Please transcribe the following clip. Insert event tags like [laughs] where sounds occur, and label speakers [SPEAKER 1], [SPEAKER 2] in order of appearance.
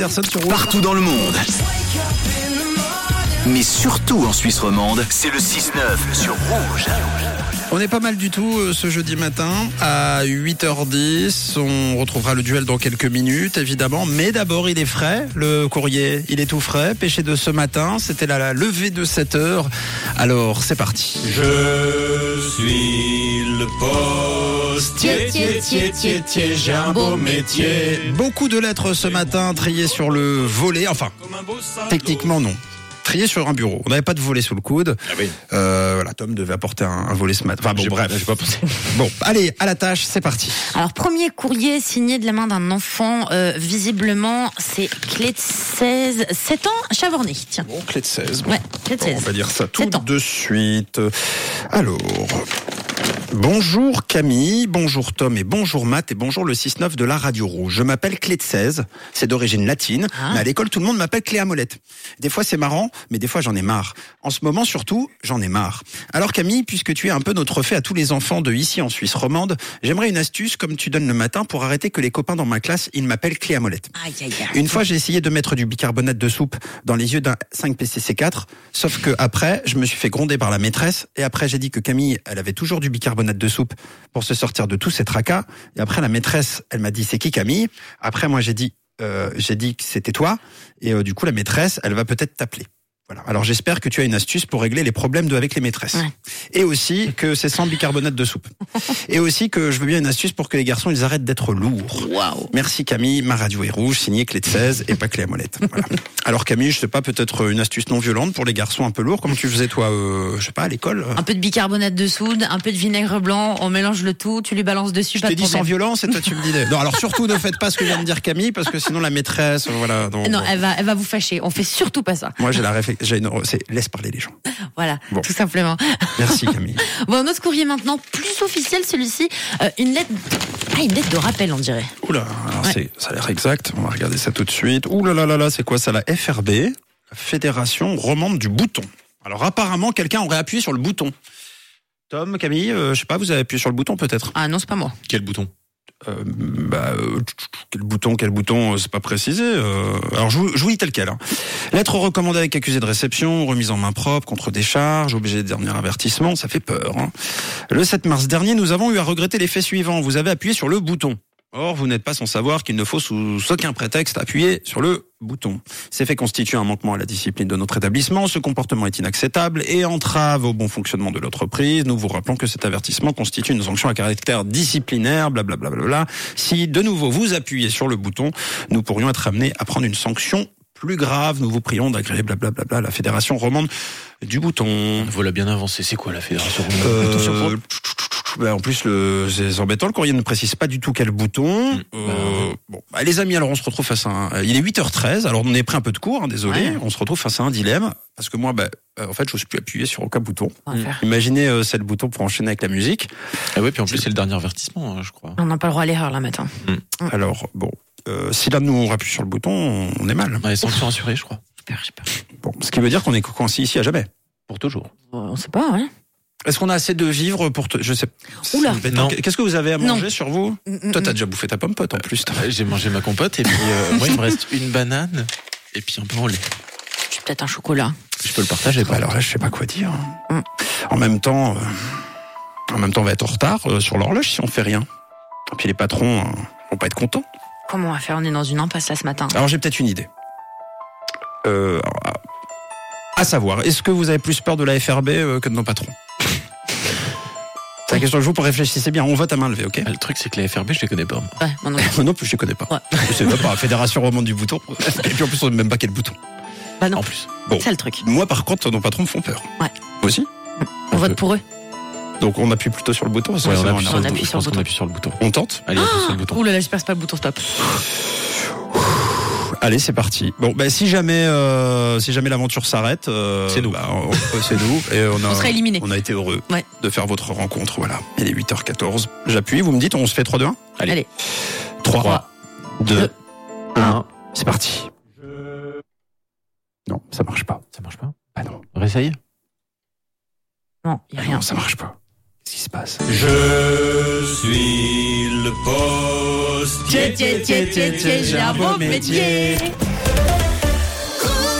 [SPEAKER 1] Personne sur route.
[SPEAKER 2] Partout dans le monde. Mais surtout en Suisse romande, c'est le 6-9 sur Rouge.
[SPEAKER 1] On est pas mal du tout euh, ce jeudi matin à 8h10. On retrouvera le duel dans quelques minutes, évidemment. Mais d'abord, il est frais, le courrier. Il est tout frais. Pêché de ce matin, c'était la, la levée de 7h. Alors, c'est parti.
[SPEAKER 3] Je suis le postier, tié, tié, tié, tié, j'ai un beau métier.
[SPEAKER 1] Beaucoup de lettres ce matin triées sur le volet. Enfin, Techniquement, non. Trié sur un bureau. On n'avait pas de volet sous le coude. Euh, voilà, Tom devait apporter un, un volet ce matin. Enfin bon, bref. Bon, allez, à la tâche, c'est parti.
[SPEAKER 4] Alors, premier courrier signé de la main d'un enfant, euh, visiblement, c'est clé de 16, 7 ans, Chavornay. Tiens.
[SPEAKER 1] Bon, clé de 16.
[SPEAKER 4] Ouais, clé de 16.
[SPEAKER 1] On va dire ça tout
[SPEAKER 4] Sept ans.
[SPEAKER 1] de suite. Alors. Bonjour Camille, bonjour Tom et bonjour Matt et bonjour le 6-9 de la Radio Rouge. Je m'appelle Clé de 16, c'est d'origine latine,
[SPEAKER 4] Ah.
[SPEAKER 1] mais à l'école tout le monde m'appelle Clé à molette. Des fois c'est marrant, mais des fois j'en ai marre. En ce moment surtout, j'en ai marre. Alors Camille, puisque tu es un peu notre fait à tous les enfants de ici en Suisse romande, j'aimerais une astuce comme tu donnes le matin pour arrêter que les copains dans ma classe, ils m'appellent Clé à molette.
[SPEAKER 4] Aïe, aïe, aïe.
[SPEAKER 1] Une fois, j'ai essayé de mettre du bicarbonate de soupe dans les yeux d'un 5PCC4, sauf que après, je me suis fait gronder par la maîtresse, et après, j'ai dit que Camille, elle avait toujours du bicarbonate de soupe pour se sortir de tous ces tracas, et après, la maîtresse, elle m'a dit, c'est qui Camille? Après, moi, j'ai dit, euh, j'ai dit que c'était toi, et euh, du coup, la maîtresse, elle va peut-être t'appeler. Voilà. Alors j'espère que tu as une astuce pour régler les problèmes de avec les maîtresses.
[SPEAKER 4] Ouais.
[SPEAKER 1] Et aussi que c'est sans bicarbonate de soupe. Et aussi que je veux bien une astuce pour que les garçons ils arrêtent d'être lourds.
[SPEAKER 4] Waouh.
[SPEAKER 1] Merci Camille, ma radio est rouge, signé Clé de 16 et pas Clé à
[SPEAKER 4] [laughs]
[SPEAKER 1] molette. Voilà. Alors Camille, je sais pas, peut-être une astuce non violente pour les garçons un peu lourds, comme tu faisais toi, euh, je sais pas, à l'école.
[SPEAKER 4] Un peu de bicarbonate de soude, un peu de vinaigre blanc, on mélange le tout, tu lui balances dessus,
[SPEAKER 1] Je
[SPEAKER 4] pas
[SPEAKER 1] t'ai
[SPEAKER 4] de
[SPEAKER 1] dit sans
[SPEAKER 4] problème.
[SPEAKER 1] violence et toi tu me disais. Non, alors surtout ne faites pas ce que vient de dire Camille parce que sinon la maîtresse, euh, voilà. donc,
[SPEAKER 4] Non,
[SPEAKER 1] bon.
[SPEAKER 4] elle va, elle va vous fâcher. On fait surtout pas ça.
[SPEAKER 1] Moi j'ai la réflexion, j'ai une- c'est laisse parler les gens.
[SPEAKER 4] Voilà,
[SPEAKER 1] Bon.
[SPEAKER 4] tout simplement. [laughs]
[SPEAKER 1] Merci Camille.
[SPEAKER 4] Bon, notre courrier maintenant, plus officiel celui-ci, euh, une lettre. Ah, une lettre de rappel, on dirait.
[SPEAKER 1] Oula, alors
[SPEAKER 4] Ouais.
[SPEAKER 1] c'est- ça a l'air exact. On va regarder ça tout de suite. Oula là là là, c'est quoi ça La FRB, la Fédération Romande du Bouton. Alors apparemment, quelqu'un aurait appuyé sur le bouton. Tom, Camille, euh, je sais pas, vous avez appuyé sur le bouton peut-être
[SPEAKER 4] Ah non, c'est pas moi.
[SPEAKER 3] Quel bouton
[SPEAKER 1] Euh, bah, euh, tch, tch, tch, quel bouton, quel bouton, euh, c'est pas précisé. euh. alors, je vous, je vous lis tel quel. hein. Lettre recommandée avec accusé de réception, remise en main propre, contre décharge, obligé de dernier avertissement, ça fait peur. hein. Le 7 mars dernier, nous avons eu à regretter les faits suivants. Vous avez appuyé sur le bouton. Or, vous n'êtes pas sans savoir qu'il ne faut sous aucun prétexte appuyer sur le bouton. Ces faits constituent un manquement à la discipline de notre établissement. Ce comportement est inacceptable et entrave au bon fonctionnement de l'entreprise. Nous vous rappelons que cet avertissement constitue une sanction à caractère disciplinaire, blablabla. Si de nouveau vous appuyez sur le bouton, nous pourrions être amenés à prendre une sanction plus grave. Nous vous prions d'agréer blablabla la Fédération romande du bouton.
[SPEAKER 3] Voilà bien avancé, c'est quoi la fédération romande
[SPEAKER 1] Euh,
[SPEAKER 3] Attention, pro-
[SPEAKER 1] bah, en plus, le- c'est embêtant. Le courrier ne précise pas du tout quel bouton.
[SPEAKER 3] Mm.
[SPEAKER 1] Euh, bon, bah, les amis, alors on se retrouve face à un. euh, Il est 8h13. Alors on est pris un peu de cours. hein, désolé.
[SPEAKER 4] Ouais.
[SPEAKER 1] On se retrouve face à un dilemme parce que moi, bah, euh, en fait, je n'ose plus appuyer sur aucun bouton.
[SPEAKER 4] On va faire.
[SPEAKER 1] Imaginez euh, c'est le bouton pour enchaîner avec la musique.
[SPEAKER 3] Ah ouais, puis en plus c'est le dernier avertissement, hein, je crois.
[SPEAKER 4] On n'a pas le droit à l'erreur là maintenant.
[SPEAKER 3] Mm.
[SPEAKER 1] Alors bon, euh, si l'un de nous on appuie sur le bouton, on est mal.
[SPEAKER 3] Ouais, Ah, sanction assurée, je crois.
[SPEAKER 4] J'ai peur, j'ai peur.
[SPEAKER 1] Bon, ce qui veut dire qu'on est coincé ici à jamais.
[SPEAKER 3] Pour toujours.
[SPEAKER 4] On sait pas, hein.
[SPEAKER 1] Est-ce qu'on a assez de vivres pour te... Je sais. c'est
[SPEAKER 4] Oula.
[SPEAKER 1] embêtant.
[SPEAKER 3] Non.
[SPEAKER 1] Qu'est-ce que vous avez à
[SPEAKER 4] Non.
[SPEAKER 1] manger sur vous
[SPEAKER 4] Mm,
[SPEAKER 1] Toi, t'as déjà bouffé ta pomme pote en plus. t'as-
[SPEAKER 3] Ah, J'ai mangé ma compote et puis euh, moi il me reste une banane et puis un peu en lait.
[SPEAKER 4] J'ai peut-être un chocolat.
[SPEAKER 3] Je peux le partager
[SPEAKER 1] Bah
[SPEAKER 3] pas.
[SPEAKER 1] alors là, je sais pas quoi dire.
[SPEAKER 4] Mm.
[SPEAKER 1] En même temps, euh, en même temps, on va être en retard euh, sur l'horloge si on fait rien. Et puis les patrons euh, vont pas être contents.
[SPEAKER 4] Comment on va faire On est dans une impasse là ce matin.
[SPEAKER 1] Alors j'ai peut-être une idée. Euh, à, à savoir, est-ce que vous avez plus peur de la FRB euh, que de nos patrons C'est la question que je vous pour réfléchissez bien. On vote à main levée, ok Euh,
[SPEAKER 3] Ah, le truc c'est que la FRB je les connais pas. moi.
[SPEAKER 4] Ouais, bon, non.
[SPEAKER 1] Non plus, je les connais pas.
[SPEAKER 4] Ouais.
[SPEAKER 1] Je sais même pas. Fédération romande du bouton. Et puis en plus, on ne sait même pas quel bouton.
[SPEAKER 4] Bah non.
[SPEAKER 3] En plus.
[SPEAKER 1] Bon.
[SPEAKER 4] C'est le truc.
[SPEAKER 1] Moi, par contre, nos patrons me font peur.
[SPEAKER 4] Ouais.
[SPEAKER 1] Vous aussi
[SPEAKER 4] On vote pour eux.
[SPEAKER 1] Donc on appuie plutôt sur le bouton. parce que
[SPEAKER 3] Ouais,
[SPEAKER 1] c'est
[SPEAKER 3] on
[SPEAKER 1] vraiment
[SPEAKER 3] appuie sur
[SPEAKER 1] énervant.
[SPEAKER 3] le bouton. Ah,
[SPEAKER 4] On appuie
[SPEAKER 3] Je
[SPEAKER 4] sur le
[SPEAKER 3] pense qu'on
[SPEAKER 4] bouton.
[SPEAKER 3] appuie sur le bouton.
[SPEAKER 1] on tente
[SPEAKER 3] Allez, appuie sur le bouton.
[SPEAKER 4] Ouh là là, j'espère que c'est pas le bouton stop.
[SPEAKER 1] Allez, c'est parti. Bon, bah, si jamais, euh, si jamais l'aventure s'arrête, euh,
[SPEAKER 3] C'est nous.
[SPEAKER 1] bah, on- euh, c'est nous. Et on a,
[SPEAKER 4] On sera éliminés.
[SPEAKER 1] On a été heureux
[SPEAKER 4] Ouais.
[SPEAKER 1] de faire votre rencontre. Voilà. Il est 8h14. J'appuie. Vous me dites, on se fait 3, 2, 1
[SPEAKER 3] Allez.
[SPEAKER 4] Allez.
[SPEAKER 1] 3,
[SPEAKER 4] Trois,
[SPEAKER 1] 2,
[SPEAKER 4] deux,
[SPEAKER 1] 1. C'est parti. Non, ça marche pas.
[SPEAKER 3] Ça marche pas
[SPEAKER 1] Ah non,
[SPEAKER 3] Réessaye.
[SPEAKER 4] Non, y a
[SPEAKER 1] ah
[SPEAKER 4] rien.
[SPEAKER 1] non, ça marche pas. Qu'est-ce qui se passe
[SPEAKER 3] Je suis le poste.
[SPEAKER 4] Tiens, tiens, tiens, tiens, tiens, j'ai un beau métier.